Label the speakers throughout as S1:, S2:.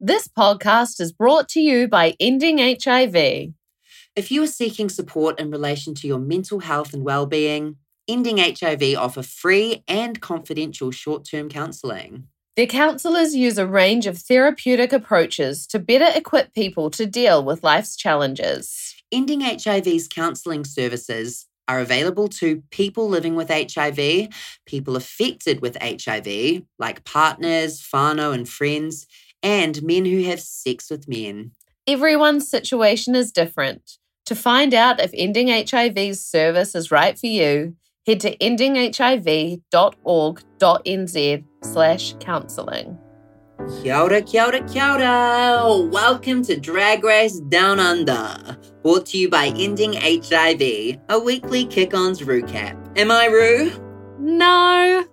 S1: This podcast is brought to you by Ending HIV.
S2: If you are seeking support in relation to your mental health and well-being, Ending HIV offer free and confidential short-term counselling.
S1: Their counsellors use a range of therapeutic approaches to better equip people to deal with life's challenges.
S2: Ending HIV's counselling services are available to people living with HIV, people affected with HIV, like partners, whānau and friends, and men who have sex with men.
S1: Everyone's situation is different. To find out if Ending HIV's service is right for you, head to endinghiv.org.nz slash counselling.
S2: Kia ora, kia ora, kia ora! Welcome to Drag Race Down Under, brought to you by Ending HIV, a weekly kick-ons recap. Am I Rue?
S1: No.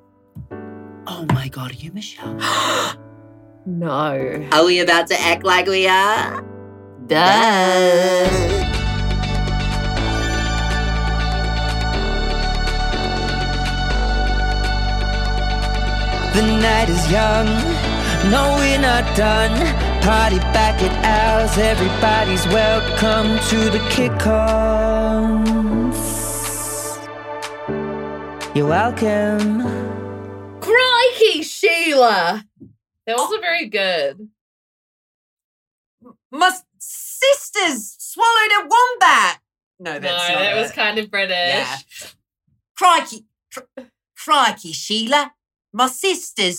S2: Oh my god, are you Michelle?
S1: No.
S2: Are we about to act like we are?
S3: The night is young, no, we're not done. Party back at ours, everybody's welcome to the kick-ons. You're welcome.
S1: Crikey, Sheila! That wasn't very good.
S4: My sisters swallowed a wombat. No, that's not it.
S1: kind of British.
S4: Yeah. crikey, cr- crikey, Sheila. My sisters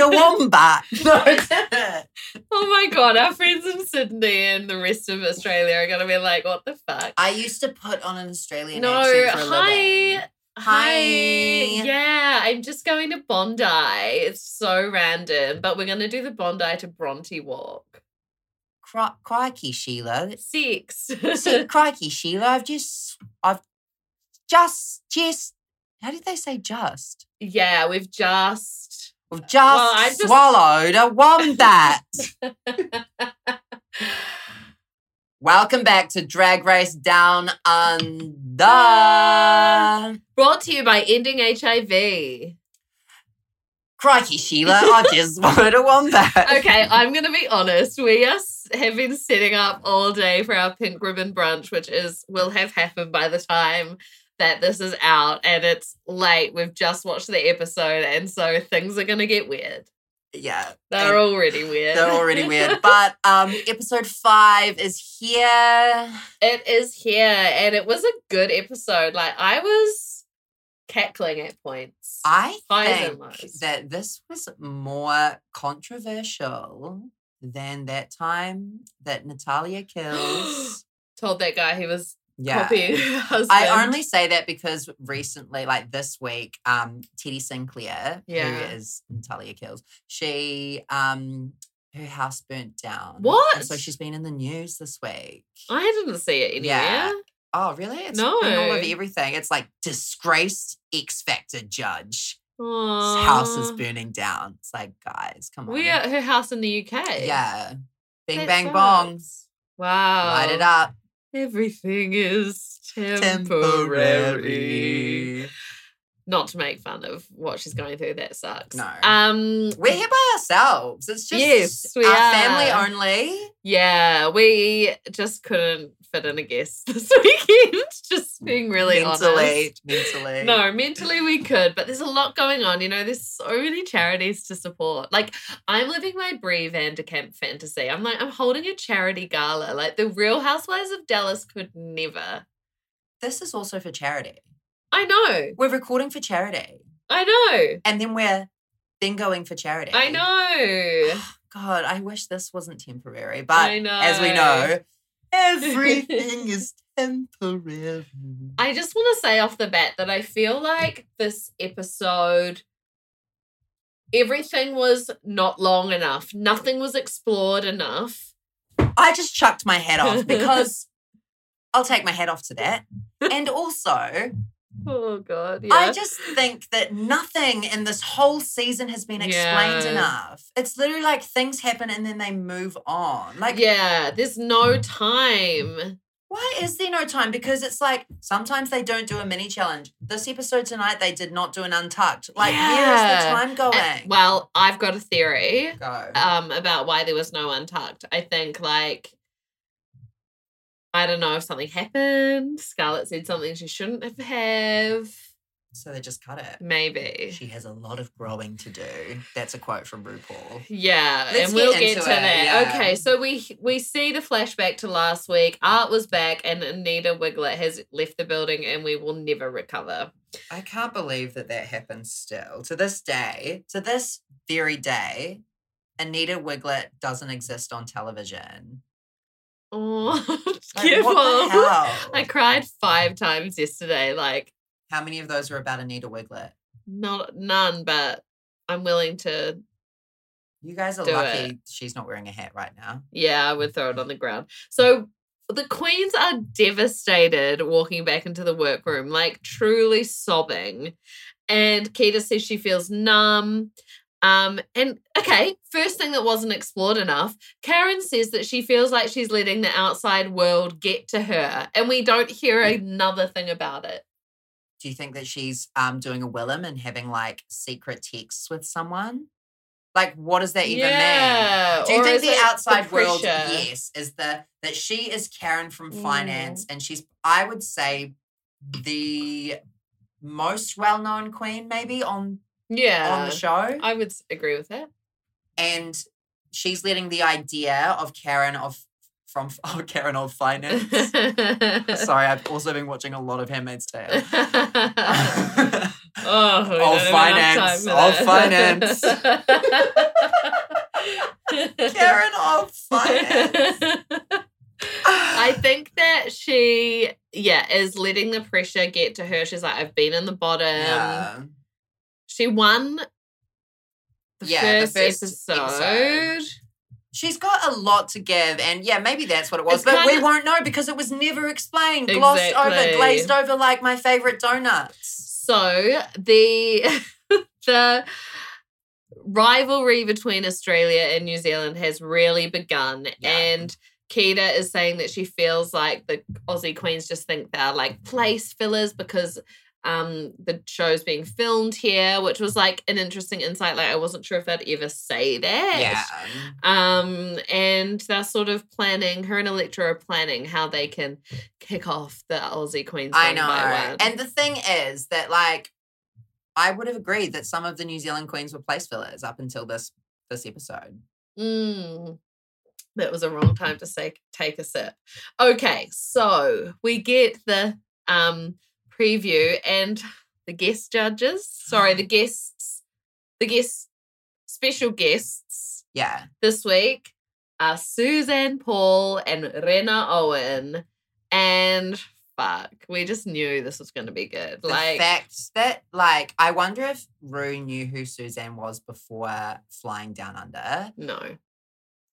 S4: a wombat.
S1: Oh my god, our friends in Sydney and the rest of Australia are gonna be like, what the fuck?
S4: I used to put on an Australian
S1: no,
S4: accent for a living.
S1: hi. Hi.
S4: Hi.
S1: Yeah, I'm just going to Bondi. It's so random, but we're gonna do the Bondi to Bronte walk.
S4: Cri- crikey, Sheila.
S1: Six.
S4: See, crikey, Sheila. I've just, I've just, just. How did they say just?
S1: yeah, we've just
S4: I've just
S1: Well, I just-
S4: swallowed a wombat. Welcome back to Drag Race Down Under.
S1: brought to you by Ending HIV. Okay,
S4: Crikey, Sheila, I just swallowed a wombat.
S1: I'm gonna be honest. We are, s- have been setting up all day for our pink ribbon brunch, which is will have happened by the time that this is out, and it's late. We've just watched the episode, and so things are gonna get weird.
S4: Yeah,
S1: They're
S4: And
S1: already weird.
S4: they're already weird. But um, episode five is here.
S1: It is here, and it was a good episode. Like I was cackling at points.
S4: I
S1: Highs and
S4: think
S1: lows.
S4: that this was more controversial than that time that Natalia kills.
S1: Told that guy he was
S4: Yeah.
S1: copying her husband.
S4: I only say that because recently, like this week, um, Teddy Sinclair,
S1: Yeah.
S4: who is Natalia Kills, she um her house burnt down.
S1: What?
S4: And so she's been in the news this week.
S1: I didn't see it anywhere.
S4: Yeah. Oh, really? It's been all over
S1: No.
S4: everything. It's like disgraced X Factor judge.
S1: Aww.
S4: His house is burning down. It's like, guys, come on.
S1: We are at her house in the UK.
S4: Yeah. Bing
S1: That
S4: bang bong.
S1: sucks. Wow.
S4: Light it up.
S1: Everything is temporary.
S4: Temporary.
S1: Not to make fun of what she's going through. That sucks.
S4: No.
S1: Um.
S4: We're here by ourselves. It's just
S1: Yes, we
S4: our
S1: are.
S4: family only.
S1: Yeah, we just couldn't fit in a guest this weekend. Just being really
S4: mentally,
S1: honest.
S4: mentally.
S1: No, mentally we could, but there's a lot going on. You know, there's so many charities to support. Like, I'm living my Brie Vanderkamp fantasy. I'm like, I'm holding a charity gala. Like, the Real Housewives of Dallas could never.
S4: This is also for charity.
S1: I know.
S4: We're recording for charity.
S1: I know.
S4: And then we're then going for charity.
S1: I know.
S4: God, I wish this wasn't temporary.
S1: I
S4: But
S1: know.
S4: as we know, everything is temporary.
S1: I just want to say off the bat that I feel like this episode, everything was not long enough. Nothing was explored enough.
S4: I just chucked my hat off because I'll take my hat off to that. And also,
S1: Oh God!
S4: I just think that nothing in this whole season has been explained
S1: Yeah.
S4: enough. It's literally like things happen and then they move on. Like
S1: yeah. There's no time.
S4: Why is there no time? Because it's like sometimes they don't do a mini challenge. This episode tonight, they did not do an untucked. Like,
S1: Yeah.
S4: where is the time
S1: Uh,
S4: going?
S1: well, I've got a theory
S4: Go.
S1: um, about why there was no Untucked. I think, like, I don't know if something happened. Scarlett said something she shouldn't have. have.
S4: so they just cut it.
S1: Maybe.
S4: She has a lot of growing to do. That's a quote from RuPaul.
S1: Yeah,
S4: Let's
S1: and we'll
S4: get
S1: get,
S4: into
S1: to
S4: it,
S1: that.
S4: yeah.
S1: Okay, so we we see the flashback to last week. Art was back, and Anita Wiglet has left the building, and we will never recover.
S4: I can't believe that that happens still to this day. To this very day, Anita Wiglet doesn't exist on television.
S1: Oh,
S4: Like,
S1: give
S4: what the
S1: up.
S4: hell?
S1: I cried five times yesterday. Like
S4: How many of those are about Anita Wiglet?
S1: not none, but I'm willing to.
S4: You guys are
S1: Do
S4: lucky she's not wearing a hat right now.
S1: Yeah, I would throw it on the ground. So the queens are devastated walking back into the workroom, like truly sobbing. And Keita says she feels numb. Um, and okay, first thing that wasn't explored enough, Karen says that she feels like she's letting the outside world get to her, and we don't hear
S4: Mm.
S1: another thing about it.
S4: Do you think that she's um, doing a Willem and having like secret texts with someone? Like, what does that even
S1: Yeah,
S4: mean? Do you
S1: or
S4: think
S1: is
S4: the
S1: it the
S4: outside world,
S1: pressure?
S4: yes, is the that she is Karen from
S1: Mm.
S4: finance and she's, I would say, the most well known queen maybe on on
S1: Yeah.
S4: the show,
S1: I would s- agree with that.
S4: and she's letting the idea of Karen of from oh, Karen of finance. Sorry, I've also been watching a lot of Handmaid's Tale.
S1: Oh, we
S4: All
S1: don't have
S4: finance,
S1: enough time for
S4: all
S1: that.
S4: Karen of finance.
S1: I think that she, yeah, is letting the pressure get to her. She's like, I've been in the bottom.
S4: yeah.
S1: She won the,
S4: Yeah, the
S1: first,
S4: first
S1: episode.
S4: episode. She's got a lot to give, and yeah, maybe that's what it was,
S1: It's
S4: but we
S1: kinda-
S4: won't know because it was never explained, glossed over,
S1: Exactly.
S4: glazed over, like my favorite donuts.
S1: So the the rivalry between Australia and New Zealand has really begun,
S4: Yeah.
S1: and Keita is saying that she feels like the Aussie Queens just think they're like place fillers because um the show's being filmed here, which was like an interesting insight. Like I wasn't sure if I'd ever say that.
S4: Yeah.
S1: Um, and they're sort of planning, her and Electra are planning how they can kick off the Aussie Queens.
S4: I
S1: one by
S4: know.
S1: one.
S4: And the thing is that like I would have agreed that some of the New Zealand queens were place fillers up until this this episode.
S1: Mm. That was a wrong time to say take a sip. Okay, so we get the um preview and the guest judges. Sorry,
S4: Mm-hmm.
S1: the guests, the guest special guests
S4: Yeah.
S1: this week are Suzanne Paul and Rena Owen. And fuck, we just knew this was gonna be good.
S4: The
S1: like
S4: fact that like I wonder if Rue knew who Suzanne was before flying down under.
S1: no.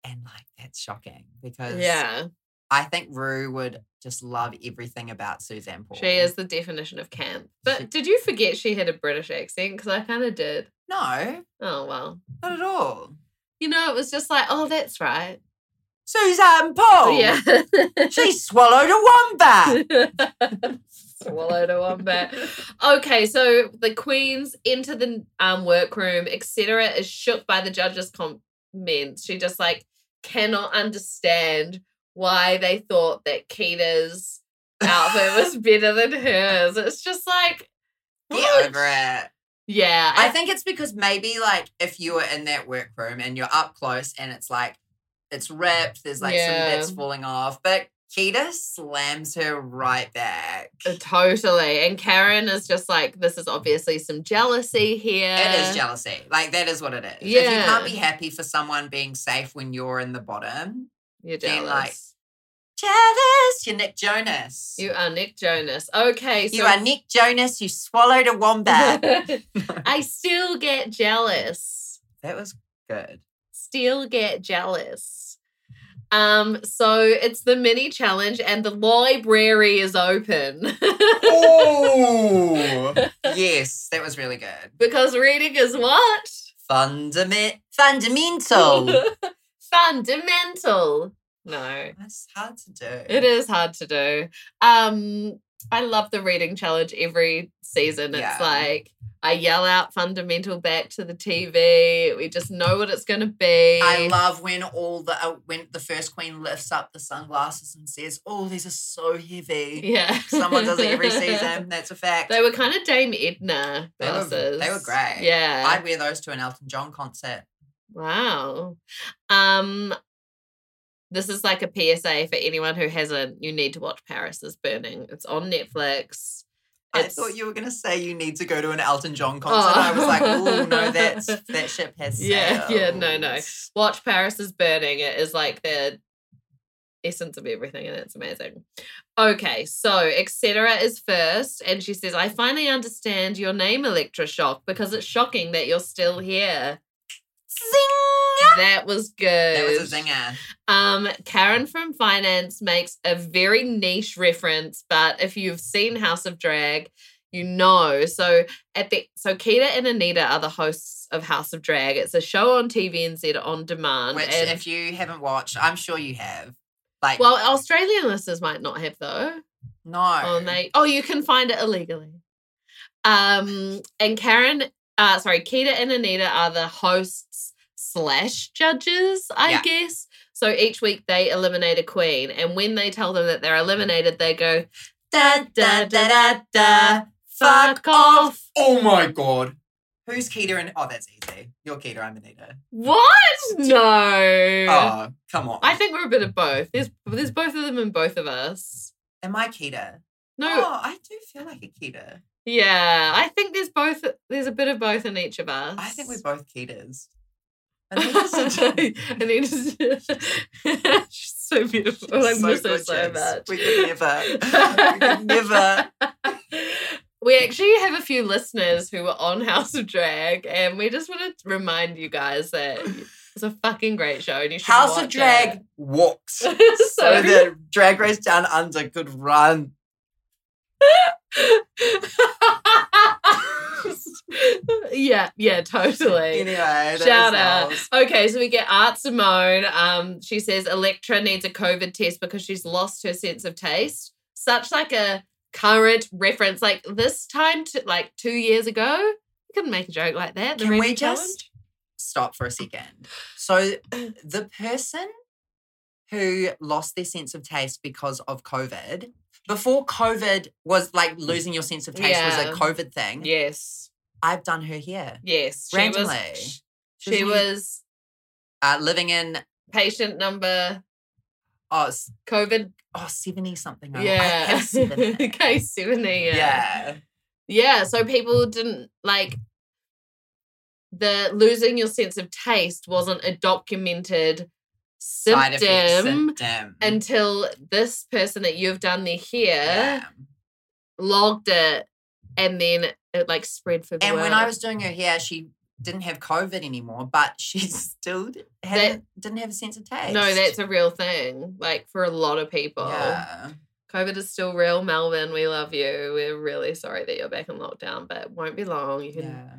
S4: And like that's shocking because
S1: Yeah.
S4: I think Rue would just love everything about Suzanne Paul.
S1: She is the definition of camp.
S4: She-
S1: But did you forget she had a British accent? Because I kind of did.
S4: No,
S1: Oh, well.
S4: not at all.
S1: You know, it was just like, oh, that's right.
S4: Suzanne Paul.
S1: Yeah.
S4: She swallowed a wombat.
S1: Swallowed a wombat. Okay, so the queens enter the um, workroom. Etc. is shook by the judges' comments. She just like cannot understand why they thought that Keita's outfit was better than hers. It's just like,
S4: Get over it.
S1: yeah,
S4: I think it's because maybe like if you were in that workroom and you're up close and it's like it's ripped, there's like
S1: Yeah.
S4: some bits falling off, but Keita slams her right back.
S1: Uh, Totally. And Karen is just like, this is obviously some jealousy here.
S4: it is jealousy. Like that is what it is. If you
S1: Yeah.
S4: can't be happy for someone being safe when you're in the bottom,
S1: You're
S4: Being
S1: jealous.
S4: like, jealous. You're Nick Jonas. You,
S1: you are Nick Jonas. Okay. So
S4: are Nick Jonas. You swallowed a wombat.
S1: I still get jealous.
S4: that was good.
S1: Still get jealous. Um, so it's the mini challenge and the library is open.
S4: Oh yes, that was really good.
S1: because reading is what?
S4: Fundament fundamental.
S1: Fundamental. No.
S4: That's hard to do.
S1: It is hard to do. Um, I love the reading challenge every season. It's
S4: Yeah. Mm.
S1: like I yell out fundamental back to the TV. We just know what it's going to be.
S4: I love when all the uh, when the first queen lifts up the sunglasses and says, "Oh, these are so heavy."
S1: Yeah.
S4: Someone does it every season. That's a fact.
S1: They were kind of Dame Edna
S4: They were-
S1: glasses.
S4: they were great.
S1: Yeah.
S4: I'd wear those to an Elton John concert.
S1: Wow. Um this is like a PSA for anyone who hasn't. You need to watch Paris is Burning. It's on Netflix.
S4: I
S1: It's-
S4: thought you were gonna say you need to go to an Elton John concert.
S1: Oh.
S4: I was like, "Oh no, that's that ship has
S1: Yeah, yeah, no, no.
S4: sails."
S1: Watch Paris is Burning. It is like the essence of everything, and it's amazing. Okay, so etc. is first, and she says, I finally understand your name, Electroshock, because it's shocking that you're still here.
S4: Zing!
S1: That was good. That
S4: That was a zinger.
S1: Um, Karen from Finance makes a very niche reference, but if you've seen House of Drag, you know. So at the so Keita and Anita are the hosts of House of Drag. It's a show on TVNZ on demand.
S4: Which,
S1: and-
S4: if you haven't watched, I'm sure you have. Like,
S1: well, Australian listeners might not have though.
S4: no,
S1: Oh, they oh, you can find it illegally. Um, and Karen, uh, sorry, Keita and Anita are the hosts slash judges, I
S4: Yeah.
S1: guess. So each week they eliminate a queen, and when they tell them that they're eliminated, they go da Mm-hmm. da da da da. Fuck off!
S4: Oh my god. Who's Keita and oh that's easy. You're Keita, I'm Anita.
S1: What? No.
S4: Oh, come on.
S1: I think we're a bit of both. There's there's both of them and both of us.
S4: Am I Keita?
S1: No,
S4: Oh, I do feel like a Keita.
S1: yeah, I think there's both. There's a bit of both in each of us.
S4: I think we're both Keitas. Anita's a-
S1: and then just she's so beautiful. I
S4: so
S1: miss her so
S4: gorgeous.
S1: much.
S4: We could never. we could never.
S1: We actually have a few listeners who were on House of Drag, and we just want to remind you guys that it's a fucking great show, and you should
S4: House of
S1: watch
S4: Drag walks. so
S1: it. so
S4: that Drag Race Down Under could run.
S1: yeah, yeah, totally.
S4: Anyway, that
S1: Shout
S4: is
S1: out.
S4: ours.
S1: Okay, so we get Art Simone. Um, she says Electra needs a COVID test because she's lost her sense of taste. Such like a current reference. Like this time, to, like two years ago, you couldn't make a joke like that. The
S4: Can we
S1: reading
S4: just stop for a second? So, the person who lost their sense of taste because of COVID, before COVID was like losing your sense of taste was
S1: Mm. Yeah.
S4: a COVID
S1: challenge?
S4: thing.
S1: Yes,
S4: I've done her here.
S1: yes. She
S4: Randomly.
S1: was.
S4: She was
S1: She
S4: in-
S1: was
S4: Uh, living in
S1: patient number
S4: oh, s-
S1: COVID.
S4: oh 70 something. I- I
S1: Yeah,
S4: have 70.
S1: case seventy.
S4: yeah.
S1: Yeah, so people didn't like the losing your sense of taste wasn't a documented
S4: Side effects.
S1: symptom
S4: symptom.
S1: until this person that you've done their hair
S4: Yeah.
S1: uh, logged it and then it like spread for the
S4: And when
S1: world.
S4: I was doing her hair, she didn't have COVID anymore, but she still d- had, didn't have a sense of taste.
S1: no, that's a real thing. Like for a lot of people,
S4: yeah.
S1: COVID is still real. Melbourne, we love you. We're really sorry that you're back in lockdown, but it won't be long. You can,
S4: yeah.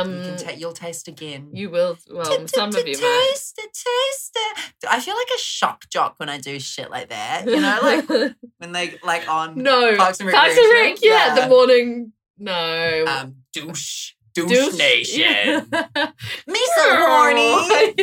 S1: um,
S4: you can ta- you'll taste again.
S1: you will. Well, some of you might.
S4: Taste it, taste it. I feel like a shock jock when I do shit like that. You know, like when they like on
S1: No.
S4: Parks and
S1: Parks and Rec,
S4: Recreation?
S1: yeah, the
S4: Yeah.
S1: morning. No.
S4: um, douche, douche,
S1: Douche-
S4: nation.
S1: Yeah.
S4: Me so horny.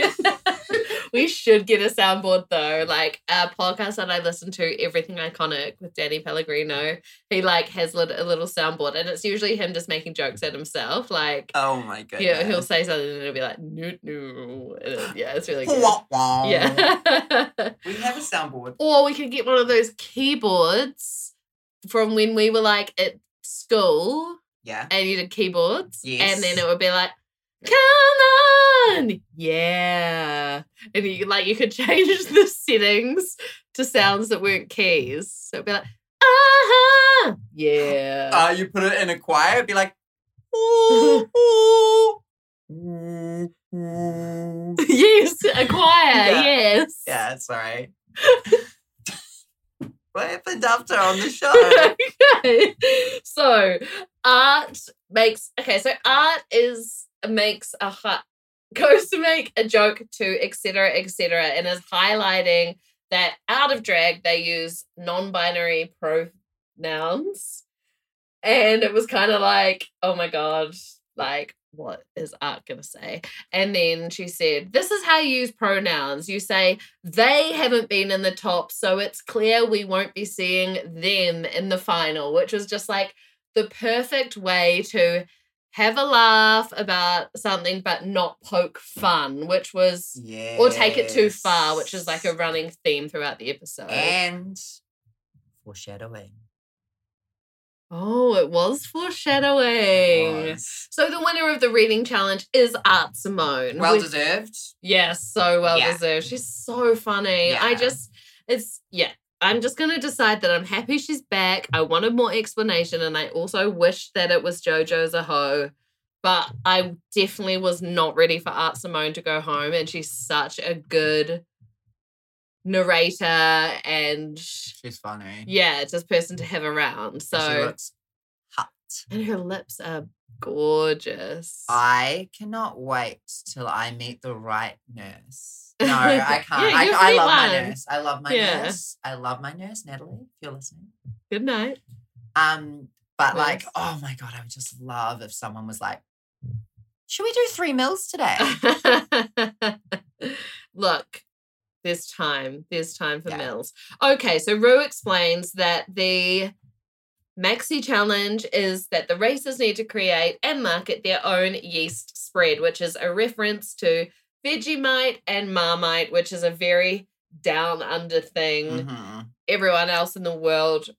S1: we should get a soundboard though. Like a podcast that I listen to, Everything Iconic with Danny Pellegrino. He like has lit- a little soundboard, and it's usually him just making jokes at himself. Like
S4: Oh my goodness.
S1: yeah, he'll say something and it'll be like no, no. And it- yeah, it's really good.
S4: Wah, wah.
S1: Yeah.
S4: We have a soundboard.
S1: Or we could get one of those keyboards from when we were like at school
S4: Yeah.
S1: and you did keyboards.
S4: Yes.
S1: And then it would be like, come on. Yeah. And you like you could change the settings to sounds that weren't keys. So it'd be like, uh-huh. Yeah.
S4: Uh, you put it in a choir, it'd be like, ooh, ooh, ooh, ooh.
S1: yes, a choir,
S4: Yeah.
S1: yes.
S4: Yeah, sorry. what happened after on the show?
S1: okay. So art makes okay. So art is makes a hi- goes to make a joke to etc. etc. and is highlighting that out of drag they use non-binary pronouns and it was kind of like oh my god like what is art gonna say and then she said this is how you use pronouns you say they haven't been in the top so it's clear we won't be seeing them in the final which was just like the perfect way to have a laugh about something but not poke fun which was
S4: Yeah.
S1: or take it too far, which is like a running theme throughout the episode.
S4: And foreshadowing.
S1: oh, it was foreshadowing.
S4: Was.
S1: So the winner of the reading challenge is Art Simone.
S4: Well
S1: which-
S4: deserved.
S1: Yes, so well
S4: Yeah.
S1: deserved. She's so funny. I
S4: Yeah.
S1: just, it's, yeah. I'm just going to decide that I'm happy she's back. I wanted more explanation, and I also wish that it was JoJo Zaho. But I definitely was not ready for Art Simone to go home, and she's such a good narrator and
S4: She's funny.
S1: yeah, just person to have around.
S4: And she
S1: So
S4: looks hot.
S1: and her lips are gorgeous.
S4: I cannot wait till I meet the right nurse. No, I can't.
S1: Yeah,
S4: I,
S1: you'll
S4: I
S1: meet
S4: love my
S1: one.
S4: nurse. I love my
S1: Yeah.
S4: nurse. I love my nurse, Natalie, if you're listening.
S1: Good night.
S4: Um, but like,
S1: Yes.
S4: oh my god, I would just love if someone was like, "Should we do three meals today?"
S1: Look, there's time. There's time for
S4: Yeah.
S1: Mills. Okay, so Rue explains that the maxi challenge is that the racers need to create and market their own yeast spread, which is a reference to Vegemite and Marmite, which is a very down under thing.
S4: Mhm.
S1: everyone else in the world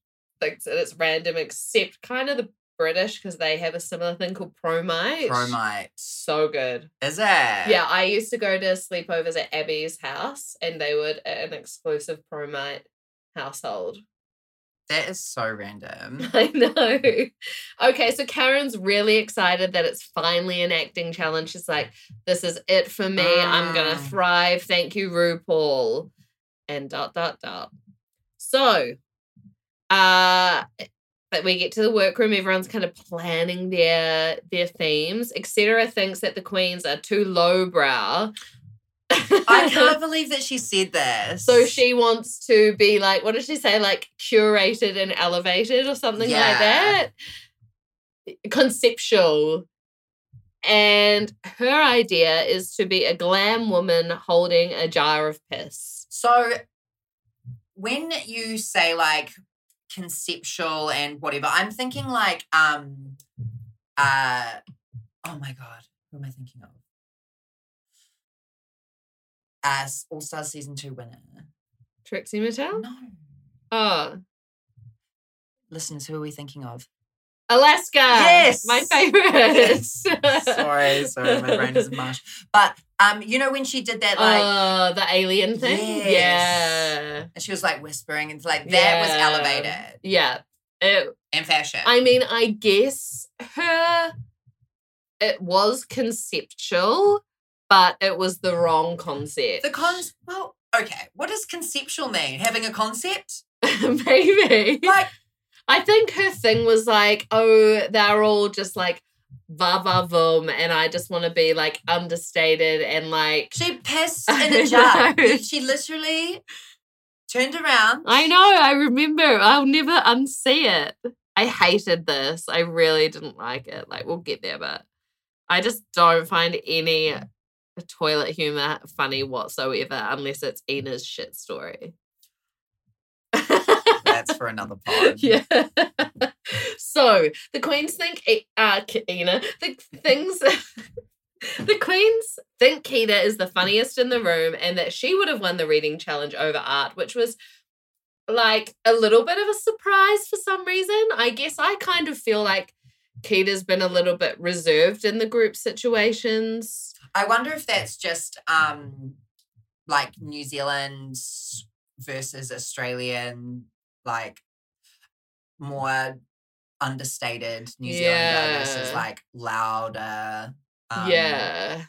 S1: thinks that it's random except kind of the British because they have a similar thing called promite.
S4: Bromite,
S1: So good.
S4: is it?
S1: Yeah, I used to go to sleepovers at Abby's house and they would at an exclusive promite household.
S4: that is so random.
S1: I know. Okay, so Karen's really excited that it's finally an acting challenge. She's like, this is it for me. I'm going to
S4: Mm.
S1: thrive. Thank you, RuPaul. And dot, dot, dot. So, uh, but we get to the workroom. Everyone's kind of planning their their themes. Etc. thinks that the queens are too lowbrow.
S4: I can't believe that she said this.
S1: So she wants to be like, what did she say? Like curated and elevated or something like
S4: Yeah.
S1: that. Conceptual. And her idea is to be a glam woman holding a jar of piss.
S4: So when you say like conceptual and whatever, I'm thinking like um uh oh my god, who am I thinking of? Uh All Stars season two winner.
S1: Trixie Mattel?
S4: No.
S1: Oh.
S4: Listeners, who are we thinking of?
S1: Alaska.
S4: Yes.
S1: My favorite.
S4: sorry, sorry, my brain is a mush. But um, you know when she did that like
S1: oh, the alien thing?
S4: Yes. and she was like whispering and like that was
S1: Yeah.
S4: elevated
S1: Yeah. Yeah. It,
S4: and fashion.
S1: I mean, I guess her it was conceptual, but it was the wrong concept.
S4: The cons. Well, okay. What does conceptual mean? Having a concept?
S1: maybe.
S4: Like,
S1: I think her thing was like, oh, they're all just like va va vum, and I just want to be like understated and like
S4: she pissed
S1: I
S4: in a jar.
S1: know.
S4: she literally turned around.
S1: I know, I remember. I'll never unsee it. I hated this. I really didn't like it. Like, we'll get there, but I just don't find any toilet humor funny whatsoever unless it's Ina's shit story.
S4: That's for another pod.
S1: yeah. so the queens think I- uh, K- Ina the things. The queens think Keita is the funniest in the room and that she would have won the reading challenge over art, which was like a little bit of a surprise for some reason. I guess I kind of feel like Keita's been a little bit reserved in the group situations.
S4: I wonder if that's just um, like New Zealand versus Australian, like more understated New Zealander versus
S1: Yeah.
S4: like louder. Um,
S1: yeah.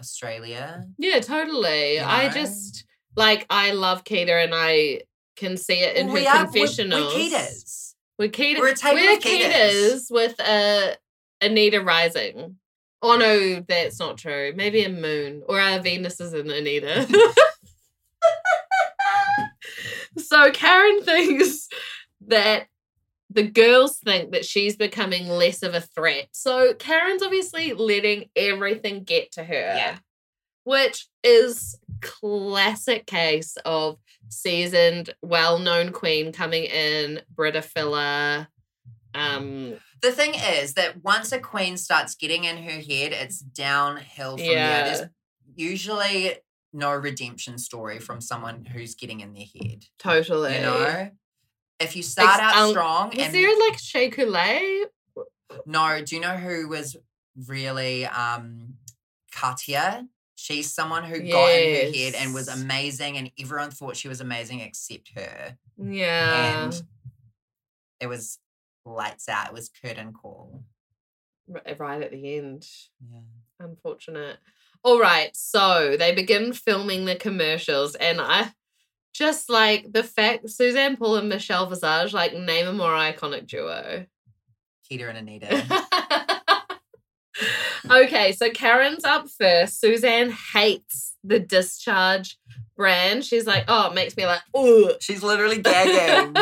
S4: Australia.
S1: Yeah, totally.
S4: You
S1: I
S4: know?
S1: just like I love Keita and I can see it in
S4: Well,
S1: her
S4: are-
S1: confessionals.
S4: We're, we're Ketas.
S1: We're Keita.
S4: We're a table
S1: we're
S4: of Keitas.
S1: Keitas with uh, Anita Rising. Oh no, that's not true. Maybe a moon or our Venus is in Anita. So Karen thinks that the girls think that she's becoming less of a threat. So Karen's obviously letting everything get to her.
S4: Yeah.
S1: Which is classic case of seasoned, well-known queen coming in, Brita filler. Um
S4: The thing is that once a queen starts getting in her head, it's downhill from
S1: Yeah.
S4: there. There's usually no redemption story from someone who's getting in their head.
S1: totally.
S4: You know? If you start out
S1: um,
S4: strong
S1: Is
S4: and
S1: there like Shea Coulee?
S4: no, do you know who was really um Katia? She's someone who got in her head and was
S1: Yes.
S4: amazing and everyone thought she was amazing except her.
S1: Yeah.
S4: and it was lights out. It was curtain call.
S1: R- eh, right at the end.
S4: Yeah.
S1: Unfortunate. All right, so they begin filming the commercials, and I just like the fact Suzanne Paul and Michelle Visage like name a more iconic duo.
S4: Keita and Anita.
S1: okay, so Karen's up first. Suzanne hates the discharge brand. She's like, oh, it makes me like, ugh.
S4: She's literally gagging.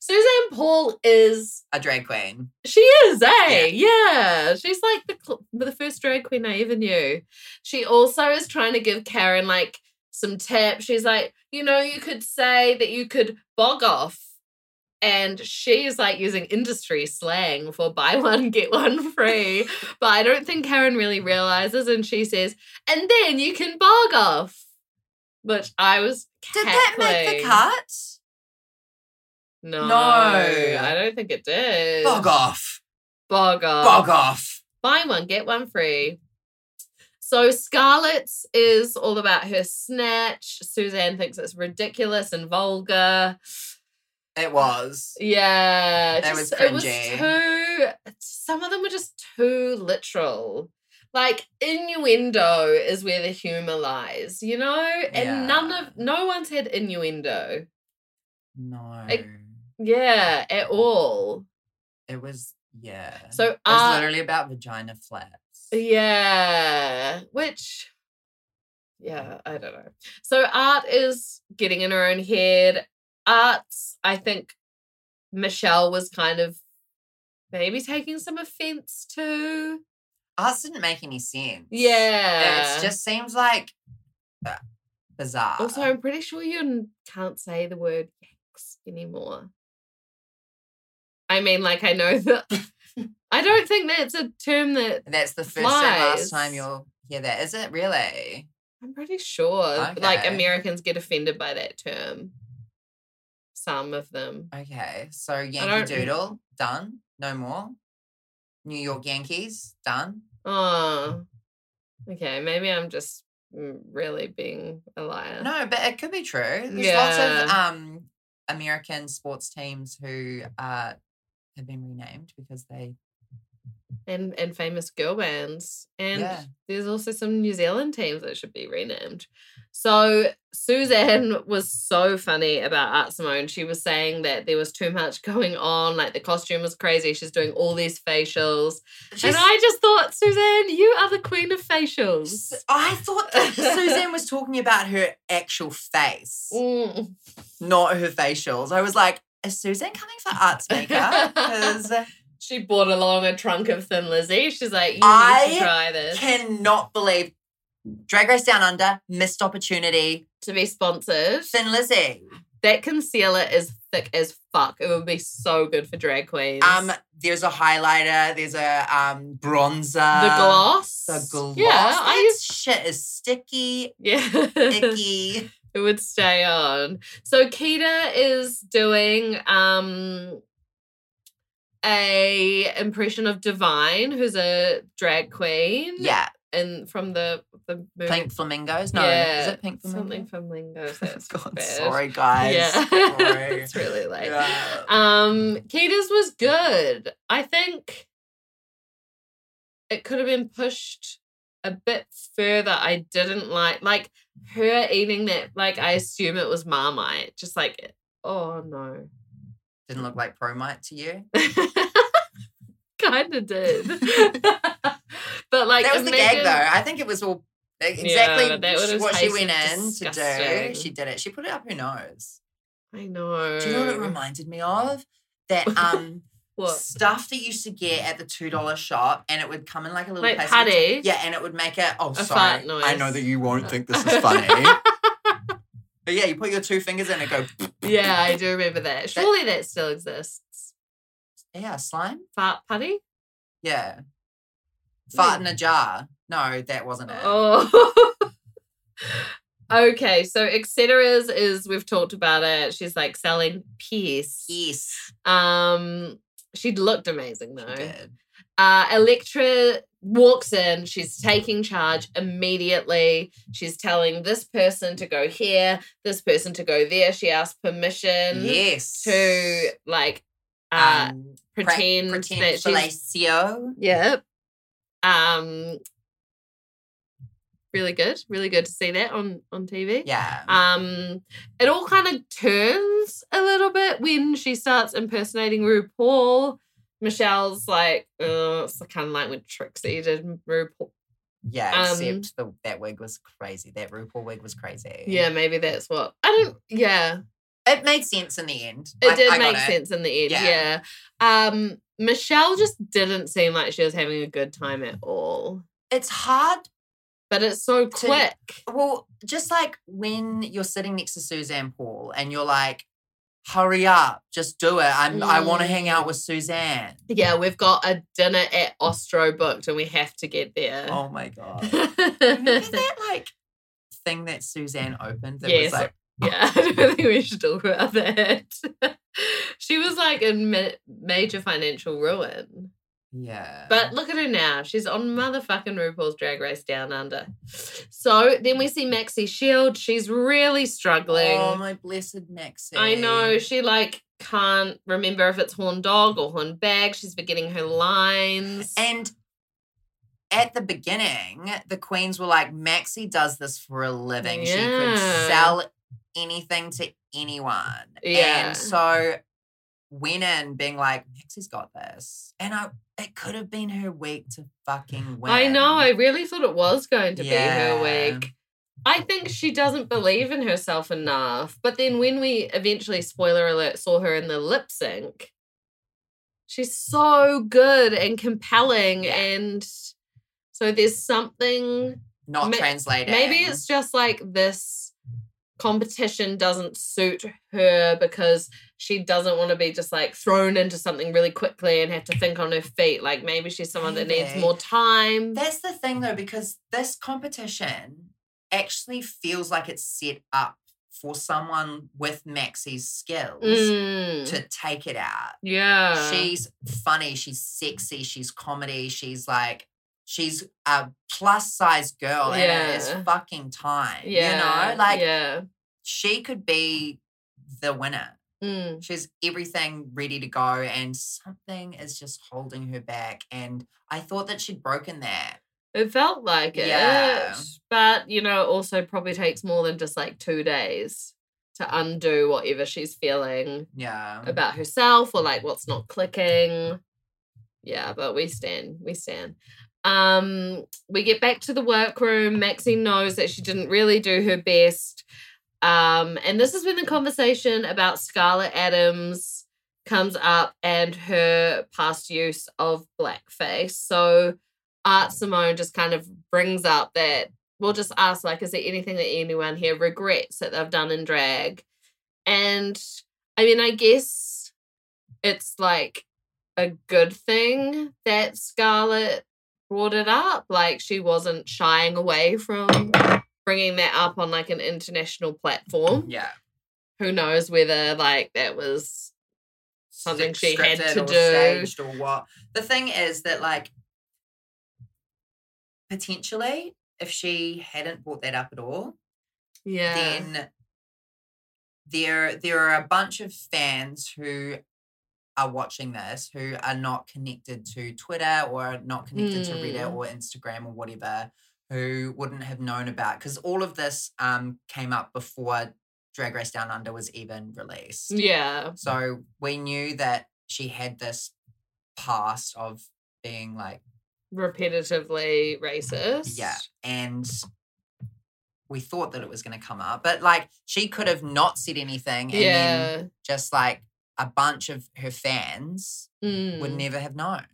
S1: Suzanne Paul is
S4: a drag queen.
S1: She is, eh? Yeah. She's like the cl- the first drag queen I ever knew. She also is trying to give Karen like some tips. She's like, you know, you could say that you could bog off. And she is like using industry slang for buy one, get one free. but I don't think Karen really realizes. And she says, and then you can bog off. Which I was.
S4: Did that make the
S1: cackling.
S4: cut?
S1: No.
S4: No.
S1: I don't think it did.
S4: Bog off.
S1: Bog off.
S4: Bog off.
S1: buy one get one free so scarlett's is all about her snatch suzanne thinks it's ridiculous and vulgar
S4: It was.
S1: yeah
S4: That was
S1: it was
S4: cringy.
S1: too some of them were just too literal like innuendo is where the humor lies you know and none
S4: Yeah.
S1: of no one's had innuendo
S4: No.
S1: It- yeah at all
S4: It was, yeah.
S1: So,
S4: it's
S1: uh,
S4: literally about vagina flaps.
S1: Yeah, which, yeah, I don't know. So Art is getting in her own head. Art's, I think, Michelle was kind of maybe taking some offense to.
S4: Us didn't make any sense.
S1: Yeah,
S4: It just seems like uh, bizarre.
S1: Also, I'm pretty sure you n- can't say the word yanks anymore. I mean, like I know that. I don't think that's a term that
S4: that's the first and last
S1: Flies.
S4: time you'll hear that. Is it really?
S1: I'm pretty sure. Like
S4: Okay.
S1: Americans get offended by that term. Some of them.
S4: Okay, so
S1: don't-
S4: Yankee Doodle done, no more. New York Yankees done.
S1: Oh. Okay, maybe I'm just mm, really being a liar.
S4: No, but it could be true. There's lots of
S1: Yeah.
S4: um American sports teams who uh have been renamed because they
S1: And and famous girl bands. And
S4: Yeah.
S1: there's also some New Zealand teams that should be renamed. So Suzanne was so funny about Art Simone. She was saying that there was too much going on, like the costume was crazy. She's doing all these facials.
S4: She's-
S1: and I just thought, Suzanne, you are the queen of facials.
S4: I thought that Suzanne was talking about her actual face,
S1: Mm.
S4: not her facials. I was like, is Suzanne coming for arts makeup? Because
S1: She brought along a trunk of Thin Lizzy. She's like, you need
S4: I
S1: to try this
S4: cannot believe Drag Race Down Under missed opportunity.
S1: to be sponsored.
S4: Thin Lizzy.
S1: That concealer is thick as fuck. It would be so good for drag queens.
S4: Um, there's a highlighter. There's a um bronzer.
S1: the gloss.
S4: uh, The gloss.
S1: Yeah, I
S4: That
S1: used.
S4: shit is sticky,
S1: Yeah,
S4: icky.
S1: it would stay on. So Keita is doing um a impression of Divine, who's a drag queen.
S4: yeah,
S1: and from the the movie
S4: pink flamingos. No, is
S1: Yeah,
S4: it pink flamingos?
S1: something from Lingo. That's
S4: God,
S1: bad.
S4: sorry guys.
S1: Yeah,
S4: Sorry.
S1: it's really late.
S4: Yeah.
S1: Um, Keita's was good. I think it could have been pushed a bit further. I didn't like like her eating that. Like I assume it was Marmite. Just like oh no,
S4: Didn't look like promite to you.
S1: kind of did. but like
S4: that was the
S1: imagine-
S4: gag though. I think it was all e, exactly
S1: Yeah, that was
S4: what she
S1: tasted
S4: went in to
S1: disgusting.
S4: do. She did it. She put it up her nose.
S1: I know.
S4: Do you know what it reminded me of? That um
S1: What?
S4: stuff that you used to get at the two dollar shop, and it would come in like a little
S1: Like
S4: plastic tin.
S1: putty?
S4: Yeah, and it would make it. Oh,
S1: A
S4: sorry,
S1: fart noise.
S4: I know that you won't think this is funny. but yeah, you put your two fingers in and go.
S1: Yeah, I do remember that. Surely that still exists.
S4: Yeah, slime.
S1: Fart putty?
S4: Yeah, fart in a jar. No, that wasn't it.
S1: Oh. okay, so Etceteras is we've talked about it. She's like selling peace.
S4: Yes,
S1: Um she looked amazing though.
S4: good.
S1: Uh, Electra walks in. She's taking charge immediately. She's telling this person to go here, this person to go there. She asks permission
S4: yes.
S1: to like uh,
S4: Um, pre-
S1: pretend,
S4: pretend
S1: that she's
S4: fellatio.
S1: yep. Um, really good, really good to see that on on TV.
S4: Yeah.
S1: Um, it all kind of turns a little bit when she starts impersonating RuPaul. Michelle's like, uh, it's kind of like when Trixie did RuPaul.
S4: yeah,
S1: um,
S4: except the, that wig was crazy. That RuPaul wig was crazy.
S1: Yeah, maybe that's what I don't. Yeah,
S4: It made sense in the end.
S1: it
S4: I-
S1: did
S4: I got
S1: make
S4: it.
S1: sense in the end. Yeah.
S4: Yeah.
S1: Um, Michelle just didn't seem like she was having a good time at all.
S4: It's hard
S1: But it's so
S4: To-
S1: quick.
S4: Well, just like when you're sitting next to Suzanne Paul and you're like, hurry up, just do it. I'm I want to hang out with Suzanne.
S1: Yeah, we've got a dinner at Ostro booked, and we have to get there.
S4: Oh my God.
S1: Mm.
S4: Remember
S1: yeah,
S4: that like thing that Suzanne opened that
S1: Yes.
S4: was like,
S1: I don't think we should talk about that. she was like in ma- major financial ruin.
S4: yeah.
S1: But look at her now. She's on motherfucking RuPaul's Drag Race Down Under. So then we see Maxie Shield. She's really struggling.
S4: Oh my blessed Maxie.
S1: I know. She like can't remember if it's horn dog or horn bag. She's forgetting her lines.
S4: And at the beginning, the queens were like, Maxie does this for a living. She could
S1: Yeah.
S4: sell anything to anyone.
S1: Yeah.
S4: And so went in being like, Maxie's got this. And I it could have been her week to fucking win.
S1: I know. I really thought it was going to be her
S4: Yeah.
S1: wig. I think she doesn't believe in herself enough. But then when we eventually, spoiler alert, saw her in the lip sync, she's so good and compelling.
S4: Yeah.
S1: And so there's something,
S4: Not
S1: Ma-
S4: translated.
S1: maybe it's just like this competition doesn't suit her because she doesn't want to be just like thrown into something really quickly and have to think on her feet. Like maybe she's someone that needs
S4: Maybe.
S1: more time.
S4: That's the thing though, because this competition actually feels like it's set up for someone with Maxie's skills
S1: Mm,
S4: to take it out.
S1: yeah.
S4: she's funny she's sexy she's comedy she's like she's a plus size girl and it is
S1: Yeah.
S4: fucking time
S1: yeah,
S4: you know like
S1: yeah.
S4: she could be the winner
S1: Mm,
S4: she's everything ready to go and something is just holding her back and i thought that she'd broken that
S1: it felt like it.
S4: Yeah.
S1: But, you know, also probably takes more than just like two days to undo whatever she's feeling
S4: yeah
S1: about herself or like what's not clicking. Yeah, but we stand. We stand. Um, we get back to the workroom. Maxine knows that she didn't really do her best. Um, and this is when the conversation about Scarlett Adams comes up and her past use of blackface. So Art Simone just kind of brings up that we'll just ask, like, is there anything that anyone here regrets that they've done in drag? And I mean, I guess it's like a good thing that Scarlett brought it up. Like, she wasn't shying away from bringing that up on like an international platform.
S4: yeah
S1: Who knows whether like that was something
S4: scrip-
S1: she had
S4: scripted
S1: to
S4: or
S1: do.
S4: staged or what. The thing is that like potentially if she hadn't brought that up at all,
S1: Yeah.
S4: then there there are a bunch of fans who are watching this who are not connected to Twitter or are not connected to Reddit
S1: Mm.
S4: or Instagram or whatever who wouldn't have known about because all of this um came up before Drag Race Down Under was even released.
S1: yeah.
S4: So we knew that she had this past of being like,
S1: Repetitively racist.
S4: yeah. And we thought that it was going to come up, but like she could have not said anything, and then
S1: yeah.
S4: just like a bunch of her fans would
S1: Mm,
S4: never have known,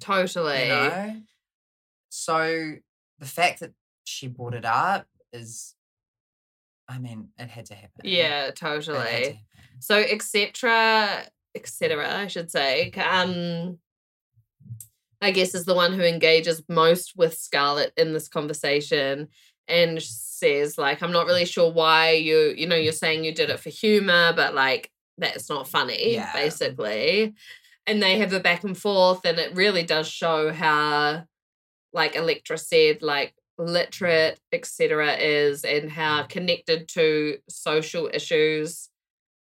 S1: totally.
S4: you know. So the fact that she brought it up is, I mean, it had to happen.
S1: Yeah,
S4: It had to
S1: totally.
S4: happen.
S1: So etc. etc. I should say. Um, I guess is the one who engages most with Scarlett in this conversation and says like, "I'm not really sure why you you know you're saying you did it for humor, but like that's not funny,
S4: Yeah.
S1: basically." And they have a back and forth, and it really does show how, like Electra said, like literate, etc., is and
S4: Mm.
S1: how connected to social issues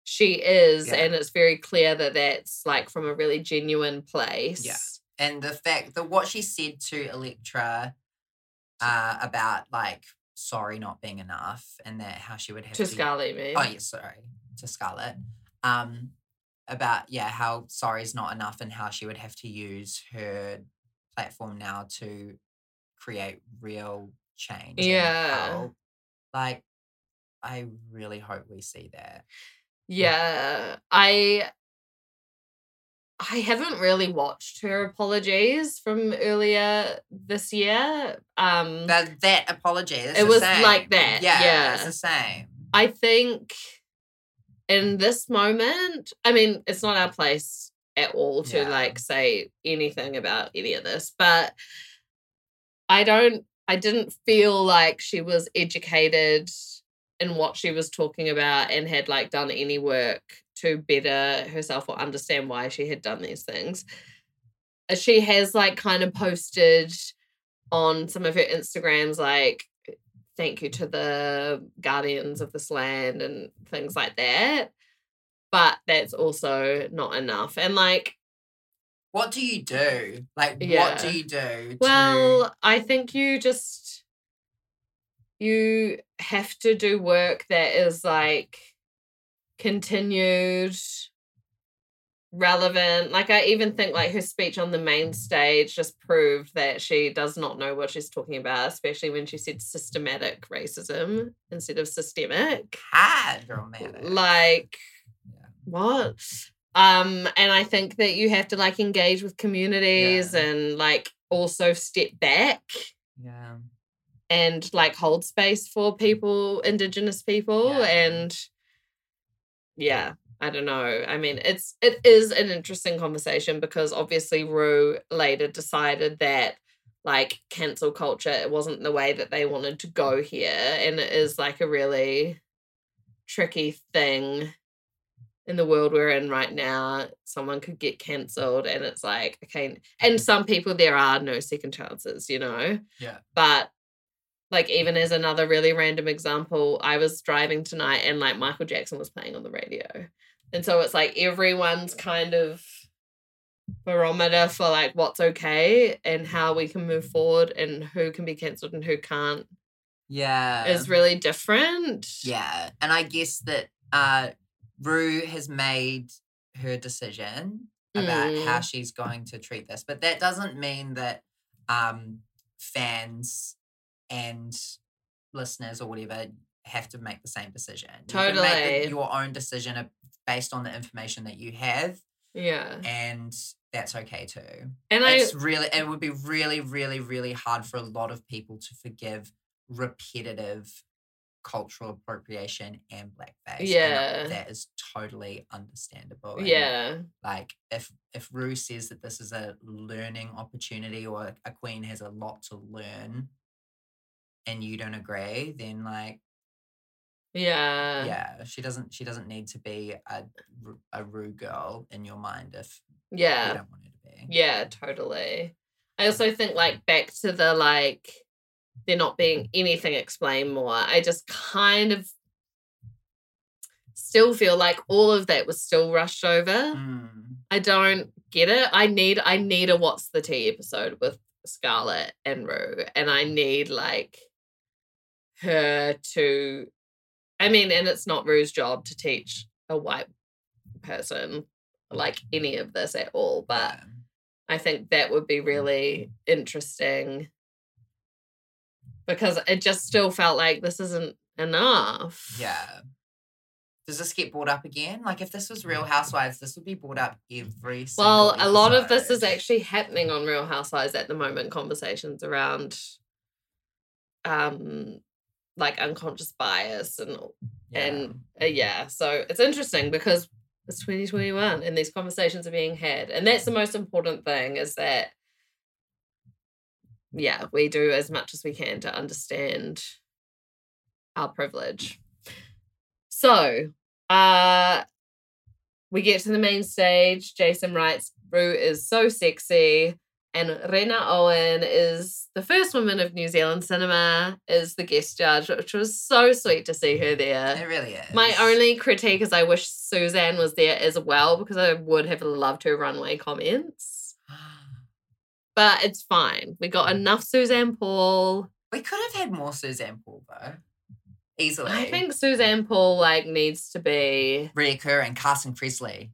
S1: she is.
S4: Yeah.
S1: And it's very clear that that's like from a really genuine place.
S4: and the fact that what she said to Electra uh, about like sorry not being enough and that how she would have
S1: To
S4: be-
S1: Scarlet, man.
S4: Oh yeah, sorry to Scarlett. Um, about yeah how sorry is not enough and how she would have to use her platform now to create real change. and
S1: Yeah.
S4: how, like I really hope we see that.
S1: Yeah, I I haven't really watched her apologies from earlier this year. Um
S4: But that apology, it's
S1: It
S4: the
S1: was like
S4: same.
S1: that,
S4: Yeah, it's
S1: yeah.
S4: the same.
S1: I think in this moment, I mean, it's not our place at all to
S4: Yeah.
S1: like say anything about any of this, but I don't I didn't feel like she was educated in what she was talking about and had like done any work to better herself or understand why she had done these things. Uh, She has like kind of posted on some of her Instagrams like thank you to the guardians of this land and things like that. But that's also not enough. And like,
S4: What do you do? Like, what
S1: Yeah.
S4: do you do? to,
S1: well, I think you just you have to do work that is like continued relevant like i even think like her speech on the main stage just proved that she does not know what she's talking about especially when she said systematic racism instead of systemic
S4: hard, girl, man.
S1: like
S4: Yeah.
S1: what um and i think that you have to like engage with communities
S4: Yeah.
S1: and like also step back
S4: yeah,
S1: and like hold space for people indigenous people
S4: Yeah.
S1: and yeah i don't know i mean it's it is an interesting conversation because obviously rue later decided that like cancel culture it wasn't the way that they wanted to go here and it is like a really tricky thing in the world we're in right now someone could get cancelled and it's like okay and some people there are no second chances you know
S4: Yeah.
S1: but like even as another really random example i was driving tonight and like michael jackson was playing on the radio and so it's like everyone's kind of barometer for like what's okay and how we can move forward and who can be cancelled and who can't
S4: yeah,
S1: is really different
S4: yeah. And I guess that uh, Rue has made her decision about how
S1: Mm.
S4: she's going to treat this, but that doesn't mean that um, fans and listeners or whatever have to make the same decision. You can make
S1: Totally.
S4: the- your own decision uh, based on the information that you have,
S1: yeah
S4: and that's okay too.
S1: and i
S4: it's really it would be really really really hard for a lot of people to forgive repetitive cultural appropriation and blackface and
S1: Yeah.
S4: that is totally understandable and,
S1: yeah
S4: like if if rue says that this is a learning opportunity or a queen has a lot to learn and you don't agree then like
S1: yeah
S4: yeah she doesn't she doesn't need to be a, Ru- a rue girl in your mind if you
S1: yeah
S4: don't want her to be
S1: Yeah, totally. I also think like back to the like there not being anything explained more. I just kind of still feel like all of that was still rushed over.
S4: Mm,
S1: I don't get it. I need I need a what's the tea episode with Scarlett and Rue, and I need like her to. I mean, and it's not Rue's job to teach a white person like any of this at all, but.
S4: yeah. Mm.
S1: I think that would be really interesting because it just still felt like this isn't enough.
S4: Yeah. Does this get brought up again? Like, if this was Real Housewives, this would be brought up every. Single
S1: Mm. Well, a lot of this is
S4: episode.
S1: actually happening on Real Housewives at the moment, conversations around um like unconscious bias and and uh, yeah, so it's interesting because it's 2021 and these conversations are being had. And that's the most important thing is that yeah, we do as much as we can to understand our privilege. So, uh we get to the main stage. Jason writes, Rue is so sexy. And Rena Owen is the first woman of New Zealand cinema, is the guest judge, which was so sweet to see her there.
S4: it really is.
S1: My only critique is I wish Suzanne was there as well because I would have loved her runway comments. But it's fine. We got enough Suzanne Paul.
S4: We could have had more Suzanne Paul though, easily.
S1: I think Suzanne Paul like needs to be
S4: reoccurring Carson Presley.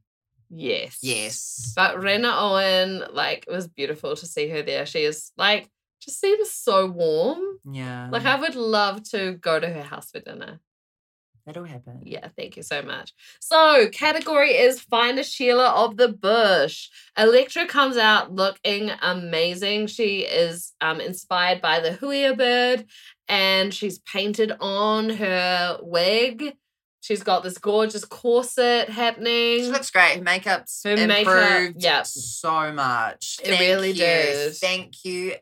S1: yes.
S4: Yes.
S1: But Rena Owen, like, it was beautiful to see her there. She is like just seems so warm.
S4: Yeah.
S1: Like I would love to go to her house for dinner.
S4: that'll happen.
S1: Yeah, thank you so much. So, category is finest Sheila of the bush. Electra comes out looking amazing. She is um, inspired by the Huia bird and she's painted on her wig. She's got this gorgeous corset happening.
S4: She looks great. Her makeup's
S1: Her
S4: improved
S1: makeup- yeah.
S4: so much.
S1: It really
S4: you.
S1: did.
S4: Thank you,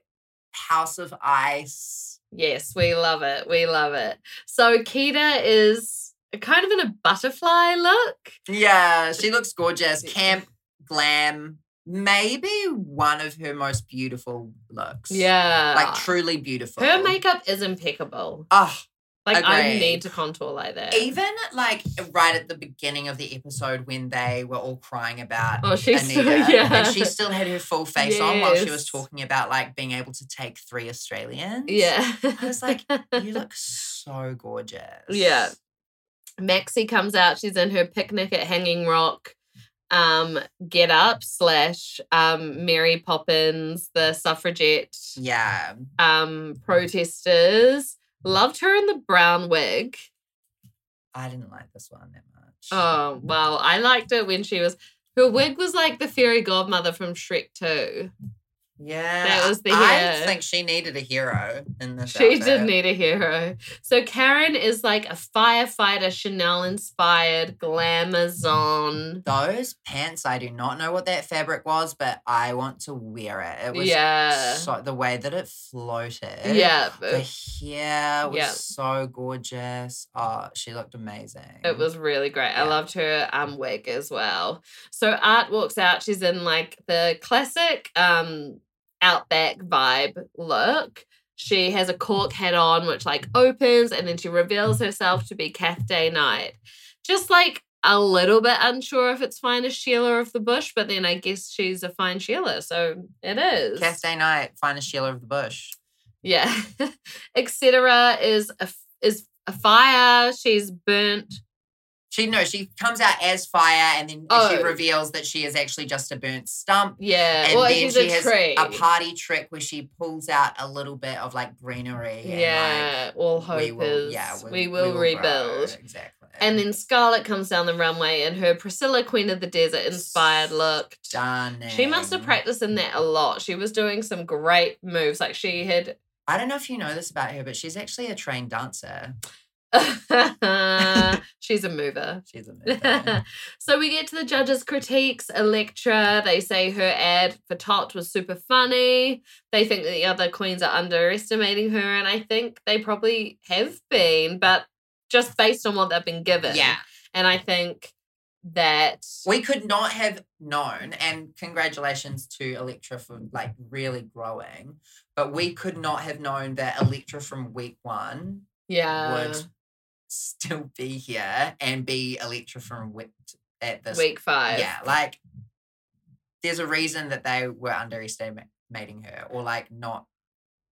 S4: House of Ice.
S1: Yes, we love it. We love it. So, Keita is kind of in a butterfly look.
S4: Yeah, she looks gorgeous. Camp glam, maybe one of her most beautiful looks.
S1: Yeah.
S4: like truly beautiful.
S1: her makeup is impeccable.
S4: Oh,
S1: Like, I
S4: Agreed.
S1: need to contour like that.
S4: Even like right at the beginning of the episode when they were all crying about
S1: Oh, she's
S4: Anita,
S1: so, yeah.
S4: and she still had her full face on while she
S1: Yes.
S4: was talking about like being able to take three Australians.
S1: yeah.
S4: I was like, you look so gorgeous.
S1: Yeah. Maxie comes out. She's in her picnic at Hanging Rock. Um, get up slash um Mary Poppins, the suffragette
S4: Yeah.
S1: um protesters. Loved her in the brown wig.
S4: I didn't like this one that much.
S1: Oh wow, I liked it when she was her wig was like the fairy godmother from Shrek 2.
S4: Yeah.
S1: That was the
S4: I
S1: hero.
S4: think she needed a hero in this.
S1: She
S4: outfit.
S1: did need a hero. So Karen is like a firefighter, Chanel inspired, glamazon.
S4: Those pants, I do not know what that fabric was, but I want to wear it. It was
S1: yeah.
S4: so the way that it floated.
S1: yeah.
S4: The hair was
S1: Yeah.
S4: so gorgeous. Oh, she looked amazing.
S1: It was really great. I
S4: Yeah.
S1: loved her um wig as well. So Art walks out. She's in like the classic um outback vibe look. She has a cork hat on, which like opens, and then she reveals herself to be Kath Day Knight. Just like a little bit unsure if it's fine as Sheila of the Bush, but then I guess she's a fine Sheila, so it is.
S4: Cass Day Knight, finest Sheila of the Bush.
S1: Yeah. Etc. is a is a fire. She's burnt
S4: She no, she comes out as fire and then
S1: Oh.
S4: she reveals that she is actually just a burnt stump.
S1: Yeah,
S4: And
S1: well,
S4: Uh, then
S1: he's
S4: she
S1: a
S4: has
S1: tree.
S4: a party trick where she pulls out a little bit of like greenery. and, like,
S1: yeah, all hope
S4: we will,
S1: is
S4: yeah,
S1: we, will
S4: grow.
S1: rebuild.
S4: Exactly.
S1: And then Scarlett comes down the runway in her Priscilla Queen of the Desert inspired look.
S4: Stunning.
S1: She must have practiced in that a lot. She was doing some great moves. Like she had.
S4: I don't know if you know this about her, but she's actually a trained dancer.
S1: She's a mover.
S4: She's amazing.
S1: so we get to the judges' critiques. Electra, they say her ad for Tot was super funny. They think that the other queens are underestimating her, and I think they probably have been, but just based on what they've been given.
S4: yeah.
S1: And I think that
S4: we could not have known and congratulations to electra for like really growing but we could not have known that electra from week one
S1: yeah,
S4: would still be here and be electra from week at this
S1: week five.
S4: yeah like there's a reason that they were underestimating her or like not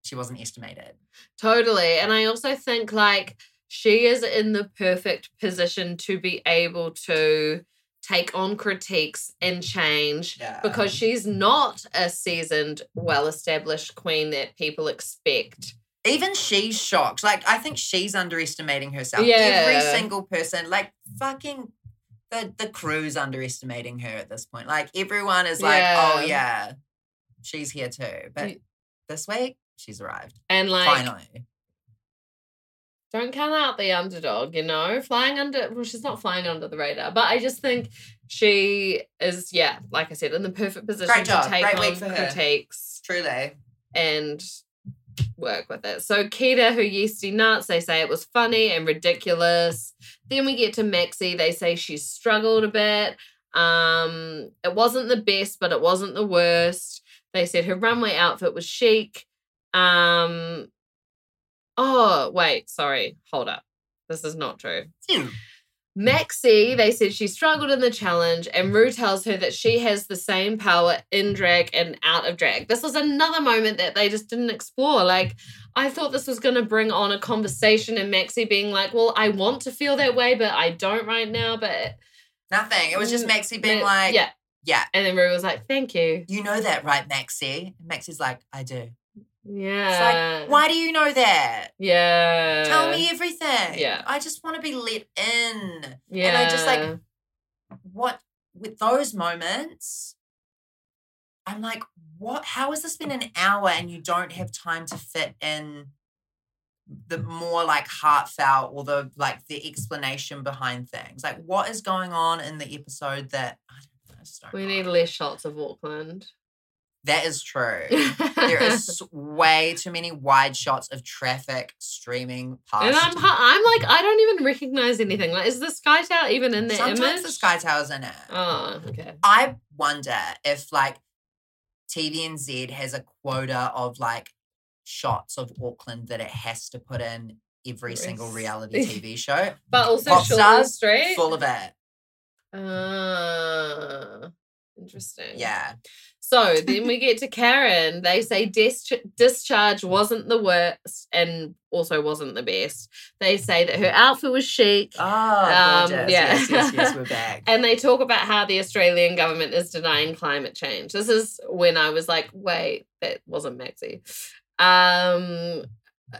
S4: she wasn't estimated
S1: Totally. And I also think like she is in the perfect position to be able to take on critiques and change
S4: Yeah.
S1: because she's not a seasoned, well established queen that people expect
S4: Even she's shocked. Like, I think she's underestimating herself.
S1: Yeah.
S4: Every single person, like, fucking the, the crew's underestimating her at this point. Like, everyone is like, oh,
S1: Yeah.
S4: yeah, she's here too. But
S1: Y-
S4: this week, she's arrived.
S1: And like,
S4: Finally.
S1: don't count out the underdog, you know? Flying under, well, she's not flying under the radar, but I just think she is, yeah, like I said, in the perfect position
S4: Great
S1: to
S4: job.
S1: take
S4: Great week
S1: on
S4: for her.
S1: critiques
S4: Truly.
S1: and work with it. So Keita, who yeasty nuts, they say it was funny and ridiculous. Then we get to Maxie, they say she struggled a bit. Um, it wasn't the best, but it wasn't the worst. They said her runway outfit was chic. Um oh wait, sorry, hold up. This is not true.
S4: Hmm.
S1: Maxie, they said she struggled in the challenge, and Rue tells her that she has the same power in drag and out of drag. This was another moment that they just didn't explore. Like, I thought this was going to bring on a conversation, and Maxie being like, Well, I want to feel that way, but I don't right now. But
S4: Nothing. It was just
S1: Mm,
S4: Maxie being like,
S1: Yeah.
S4: yeah,
S1: And then Rue was like, Thank you.
S4: you know that, right, Maxie? And Maxie's like, I do.
S1: Yeah.
S4: Why do you know that?
S1: Yeah.
S4: Tell me everything.
S1: Uh, yeah.
S4: I just want to be let in.
S1: Yeah.
S4: I just, like, What with those moments, I'm like, what? How has this been an hour and you don't have time to fit in the more like heartfelt or the like the explanation behind things? Like, what is going on in the episode that I don't, I just don't
S1: We
S4: know.
S1: need less shots of Auckland.
S4: That is true. there is s- way too many wide shots of traffic streaming past.
S1: And I'm, hu- I'm like, I don't even recognize anything. Like, is the Sky Tower even in the
S4: Sometimes
S1: image?
S4: the Sky Tower's in it.
S1: Oh, okay.
S4: I wonder if like TVNZ has a quota of like shots of Auckland that it has to put in every
S1: Yes.
S4: single reality TV show.
S1: But also
S4: Pop
S1: Shortland
S4: stars,
S1: Street.
S4: Full of it.
S1: Ah, interesting.
S4: Yeah.
S1: So then we get to Karen. They say dis- discharge wasn't the worst and also wasn't the best. They say that her outfit was chic.
S4: Oh,
S1: Um,
S4: gorgeous.
S1: yeah.
S4: Yes, yes, yes, we're back.
S1: And they talk about how the Australian government is denying climate change. This is when I was like, wait, that wasn't Maxi. Um,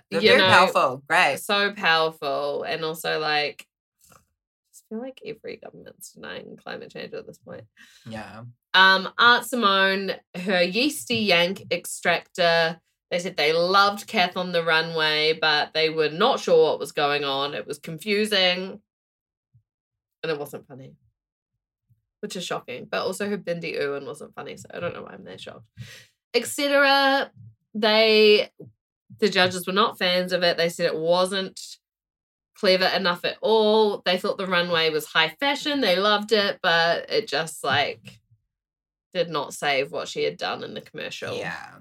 S4: They're
S1: you
S4: very
S1: know,
S4: powerful. Great.
S1: so powerful and also like I just feel like every government's denying climate change at this point.
S4: Yeah.
S1: Um, Art Simone, her yeasty yank extractor. They said they loved Kath on the runway, but they were not sure what was going on. It was confusing. And it wasn't funny. Which is shocking. But also her Bindi Owen wasn't funny, so I don't know why I'm that shocked. Etc. They the judges were not fans of it. They said it wasn't clever enough at all. They thought the runway was high fashion. They loved it, but it just like did not save what she had done in the commercial.
S4: Yeah.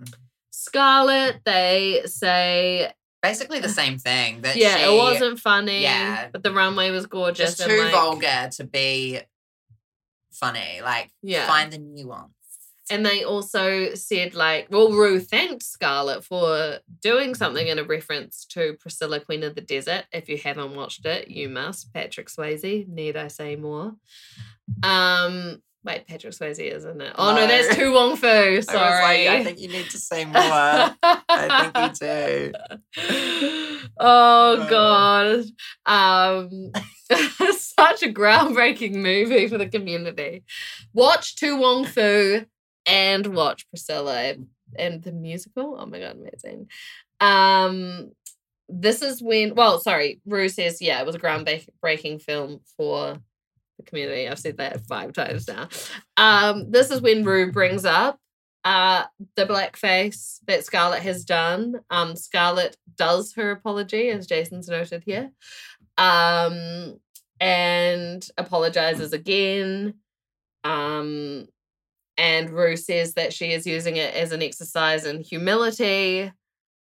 S1: Scarlet, they say,
S4: Basically the same thing. That
S1: yeah,
S4: she-
S1: it wasn't funny,
S4: yeah.
S1: but the runway was gorgeous.
S4: just
S1: and,
S4: too
S1: like,
S4: vulgar to be funny. Like,
S1: Yeah.
S4: find the nuance.
S1: And they also said, like, well, Rue thanked Scarlett for doing something in a reference to Priscilla, Queen of the Desert. If you haven't watched it, you must. Patrick Swayze, need I say more? Um, wait, Patrick Swayze is in it. Oh no,
S4: No.
S1: that's Tu Wong Fu. Sorry.
S4: I was like, I think you need to say more. I think you do.
S1: oh
S4: Oh.
S1: god um such a groundbreaking movie for the community watch tu wong fu and watch priscilla and the musical oh my god amazing um this is when well sorry rue says yeah it was a groundbreaking film for the community i've said that five times now um this is when rue brings up uh the blackface that Scarlett has done. Um, Scarlett does her apology, as Jason's noted here, um, and apologizes again. Um, and Rue says that she is using it as an exercise in humility.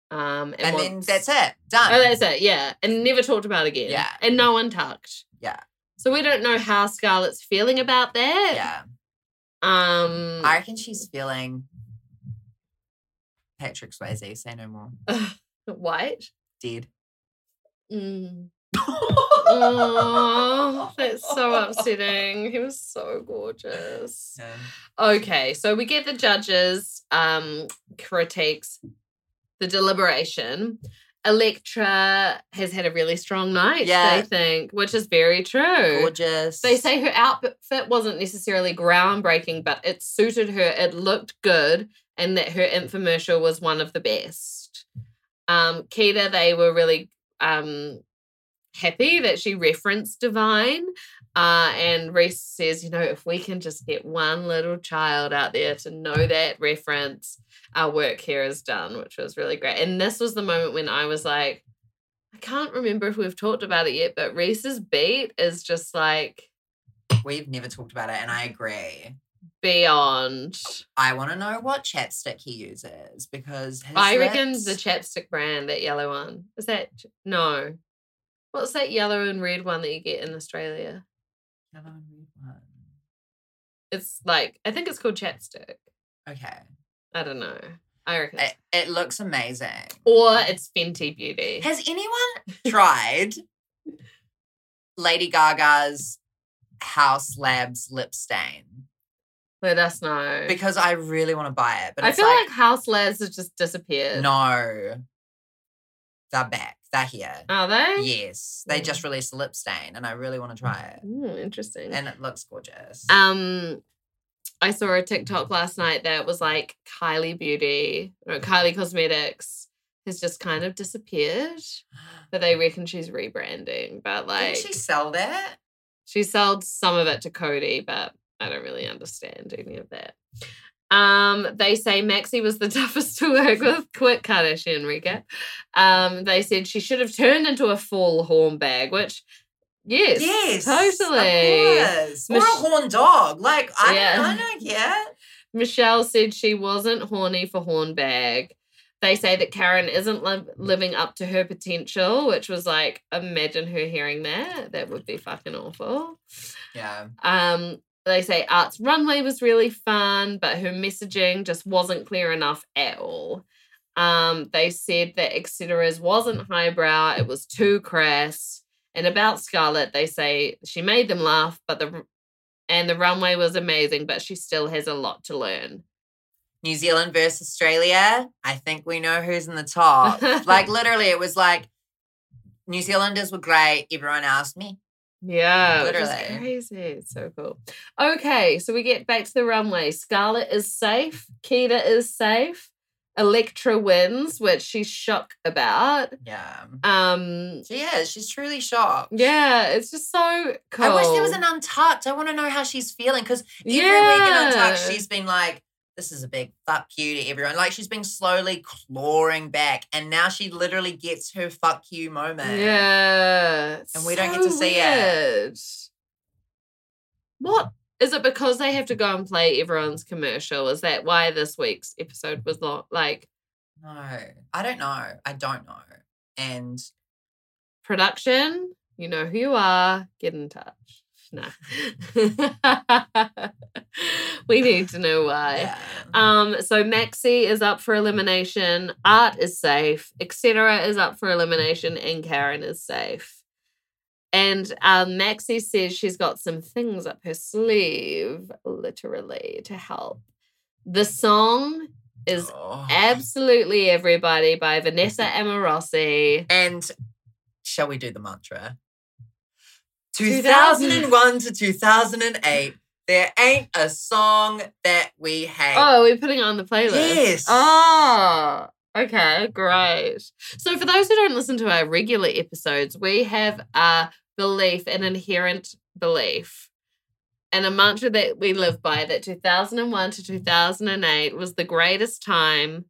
S1: Um, and,
S4: And then
S1: wants-
S4: that's it. Done.
S1: Oh, that's it. Yeah, and never talked about again.
S4: Yeah.
S1: and no one talked.
S4: Yeah.
S1: So we don't know how Scarlett's feeling about that.
S4: yeah.
S1: Um.
S4: I reckon she's feeling Patrick Swayze, say no more.
S1: white.
S4: Dead.
S1: Mm. Oh, that's so upsetting. He was so gorgeous.
S4: Yeah.
S1: Okay, so we get the judges' um, critiques, the deliberation, Electra has had a really strong night,
S4: Yeah.
S1: they think, which is very true.
S4: Gorgeous.
S1: They say her outfit wasn't necessarily groundbreaking, but it suited her. It looked good, and that her infomercial was one of the best. Um, Keita, they were really um, happy that she referenced Divine. Uh, and Reese says, you know, if we can just get one little child out there to know that reference, our work here is done, which was really great. And this was the moment when I was like, I can't remember if we've talked about it yet, but Reese's beat is just like
S4: We've never talked about it, and I agree.
S1: beyond.
S4: I want to know what chapstick he uses because his
S1: I reckon
S4: lips-
S1: the chapstick brand, that yellow one, is that no? What's that yellow and red one that you get in Australia?
S4: Yellow and red one.
S1: It's like I think it's called chapstick.
S4: Okay,
S1: I don't know. I reckon,
S4: it, it looks amazing.
S1: or it's Fenty Beauty.
S4: Has anyone tried Lady Gaga's House Labs lip stain?
S1: Let us know.
S4: Because I really want to buy it, but
S1: I
S4: it's
S1: feel like,
S4: like,
S1: House Labs has just disappeared.
S4: no, they're back. They're here.
S1: Are they?
S4: Yes, they just released a lip stain, and I really want to try it.
S1: Ooh, Hmm, interesting.
S4: And it looks gorgeous.
S1: Um, I saw a TikTok last night that was like Kylie Beauty or Kylie Cosmetics has just kind of disappeared, but they reckon she's rebranding. But like,
S4: Didn't she sell that?
S1: she sold some of it to Cody, but I don't really understand any of that. Um, they say Maxie was the toughest to work with. Quick Kardashian recap. Um, they said she should have turned into a full horn bag, which yes, totally.
S4: Of course. Or
S1: Mich-
S4: a horn dog. Like, I,
S1: Yeah.
S4: I don't get.
S1: Michelle said she wasn't horny for Hornbag. They say that Karen isn't li- living up to her potential, which was like, imagine her hearing that. That would be fucking awful.
S4: Yeah.
S1: Um, they say Art's runway was really fun, but her messaging just wasn't clear enough at all. Um, they said that Etc.'s wasn't highbrow, it was too crass. And about Scarlett, they say she made them laugh, but the and the runway was amazing, but she still has a lot to learn.
S4: New Zealand versus Australia. I think we know who's in the top. like, literally, it was like New Zealanders were great. Everyone asked me.
S1: Yeah, which is
S4: Literally.
S1: crazy. It's so cool. Okay, so we get back to the runway. Scarlett is safe. Keita is safe. Electra wins, which she's shocked about.
S4: Yeah.
S1: Um,
S4: She is. She's truly shocked.
S1: yeah, it's just so cool.
S4: I wish there was an untucked. I want to know how she's feeling because every week in untucked,
S1: Yeah.
S4: she's been like, this is a big fuck you to everyone. Like she's been slowly clawing back, and now she literally gets her fuck you moment.
S1: Yeah,
S4: And we don't get to see it.
S1: it. What is it because they have to go and play everyone's commercial? Is that why this week's episode was lo- like
S4: No, I don't know. I don't know. And
S1: production, you know who you are, get in touch. No. we need to know why.
S4: yeah.
S1: Um, so Maxi is up for elimination, Art is safe, etc. is up for elimination, and Karen is safe. And um, Maxi says she's got some things up her sleeve, literally, to help. The song is
S4: Oh.
S1: Absolutely Everybody by Vanessa Amorosi.
S4: and shall we do the mantra?
S1: 2000.
S4: 2001 to 2008. There ain't a song that we hate.
S1: Oh, we're putting it on the playlist.
S4: Yes.
S1: Oh, okay, great. So, for those who don't listen to our regular episodes, we have a belief, an inherent belief, and a mantra that we live by that 2001 to 2008 was the greatest time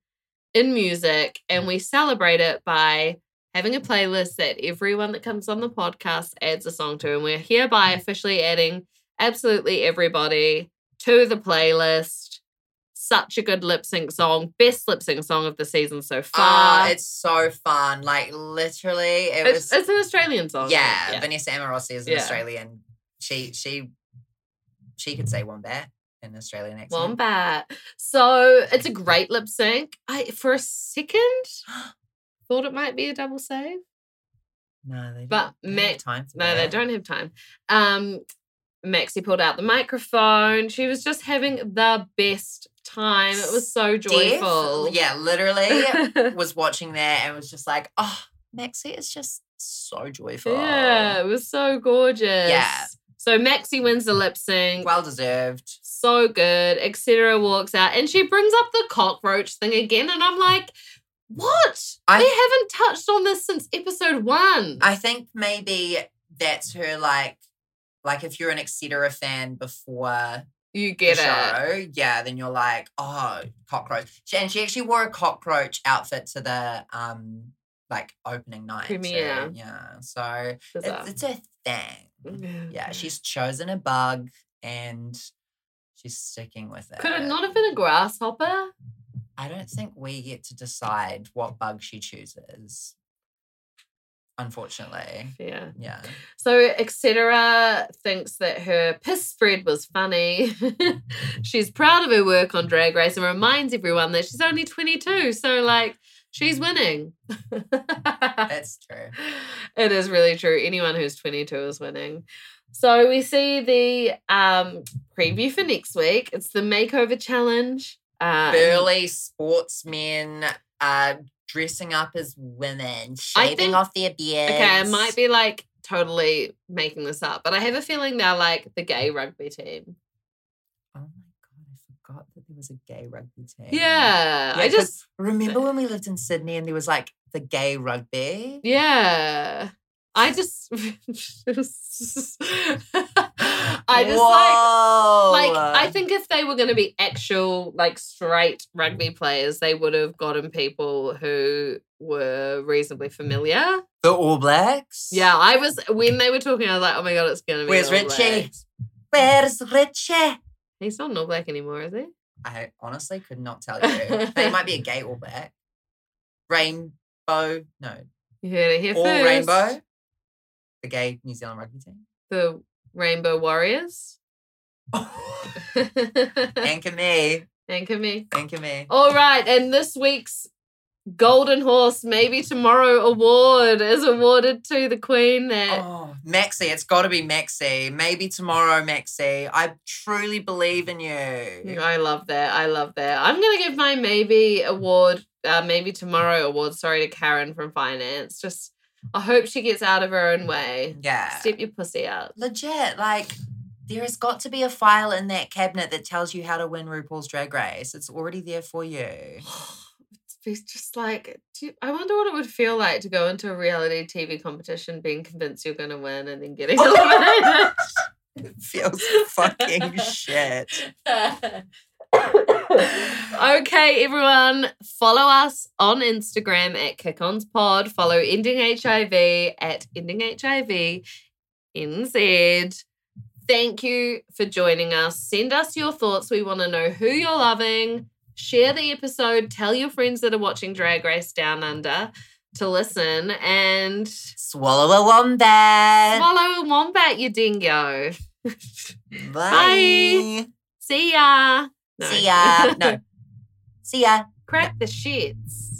S1: in music,
S4: Mm.
S1: and we celebrate it by. Having a playlist that everyone that comes on the podcast adds a song to, and we're hereby
S4: Mm.
S1: officially adding absolutely everybody to the playlist such a good lip sync song, best lip sync song of the season so far.
S4: Ah, it's so fun. Like literally, it
S1: it's,
S4: was.
S1: it's an Australian song.
S4: yeah, Vanessa Amorosi is an
S1: Yeah.
S4: Australian. She she she could say wombat in an Australian accent.
S1: Wombat. So it's a great lip sync. I for a second thought it might be a double save.
S4: No, they
S1: But
S4: don't. they don't have
S1: Mick-
S4: time for
S1: No, they
S4: that.
S1: don't have time. Um, Maxie pulled out the microphone. She was just having the best time. It was so
S4: Deaf,
S1: joyful.
S4: yeah, literally was watching that and was just like, oh, Maxie is just so joyful.
S1: yeah, it was so gorgeous.
S4: Yeah.
S1: So Maxie wins the lip sync.
S4: Well deserved.
S1: so good. Etc. walks out and she brings up the cockroach thing again. And I'm like, what?
S4: I-
S1: we haven't touched on this since episode one.
S4: I think maybe that's her like like if you're an etc fan before
S1: you get
S4: the
S1: it.
S4: show, yeah, then you're like, oh, cockroach. She, and she actually wore a cockroach outfit to the um like opening night. too,
S1: Premiere.
S4: Yeah. So
S1: Bizarre. Mm-hmm.
S4: it's, it's a thing. Yeah, she's chosen a bug and she's sticking with it.
S1: Could it not have been a grasshopper?
S4: I don't think we get to decide what bug she chooses. Unfortunately.
S1: Yeah.
S4: Yeah.
S1: So etc. thinks that her piss spread was funny. she's proud of her work on Drag Race and reminds everyone that she's only 22. So like she's winning.
S4: That's true.
S1: it is really true. Anyone who's 22 is winning. So we see the um, preview for next week. It's the makeover challenge. Um,
S4: Burly sportsmen uh dressing up as women, shaving
S1: think-
S4: off their beards.
S1: Okay, I might be like totally making this up, but I have a feeling they're like the gay rugby team.
S4: Oh my god, I forgot that there was a gay rugby team.
S1: Yeah, I
S4: 'cause
S1: just
S4: remember when we lived in Sydney and there was like the gay rugby.
S1: yeah. I just, I just like like I think if they were going to be actual like straight rugby players, they would have gotten people who were reasonably familiar.
S4: the All Blacks.
S1: Yeah, I was when they were talking, I was like, oh my god, it's going to be.
S4: Where's
S1: an All
S4: Richie?
S1: Black.
S4: Where's Richie?
S1: He's not an all black anymore, is he?
S4: I honestly could not tell you. they might be a gay All Black. Rainbow, no,
S1: You heard it here
S4: All
S1: first.
S4: Rainbow. The gay New Zealand rugby team.
S1: the Rainbow Warriors. and
S4: Anchor me,
S1: Kami.
S4: anchor me.
S1: All right, and this week's Golden Horse Maybe Tomorrow award is awarded to the Queen. That
S4: Oh, Maxi, it's got to be Maxi. Maybe tomorrow, Maxi. I truly believe in you.
S1: I love that. I love that. I'm gonna give my maybe award, uh, maybe tomorrow award. Sorry to Karen from finance. Just I hope she gets out of her own way.
S4: Yeah.
S1: Step your pussy out.
S4: Legit, like, there has got to be a file in that cabinet that tells you how to win RuPaul's Drag Race. It's already there for you.
S1: It's just like, do you- I wonder what it would feel like to go into a reality TV competition being convinced you're going to win and then getting eliminated.
S4: It feels fucking shit.
S1: okay, everyone, follow us on Instagram at KickOnsPod. Follow Ending HIV at Ending HIV NZ. Thank you for joining us. Send us your thoughts. We want to know who you're loving. Share the episode. Tell your friends that are watching Drag Race Down Under to listen and
S4: Swallow a wombat.
S1: follow a wombat, you dingo.
S4: Bye.
S1: See ya. No.
S4: See ya. No. See ya.
S1: Crack the shits.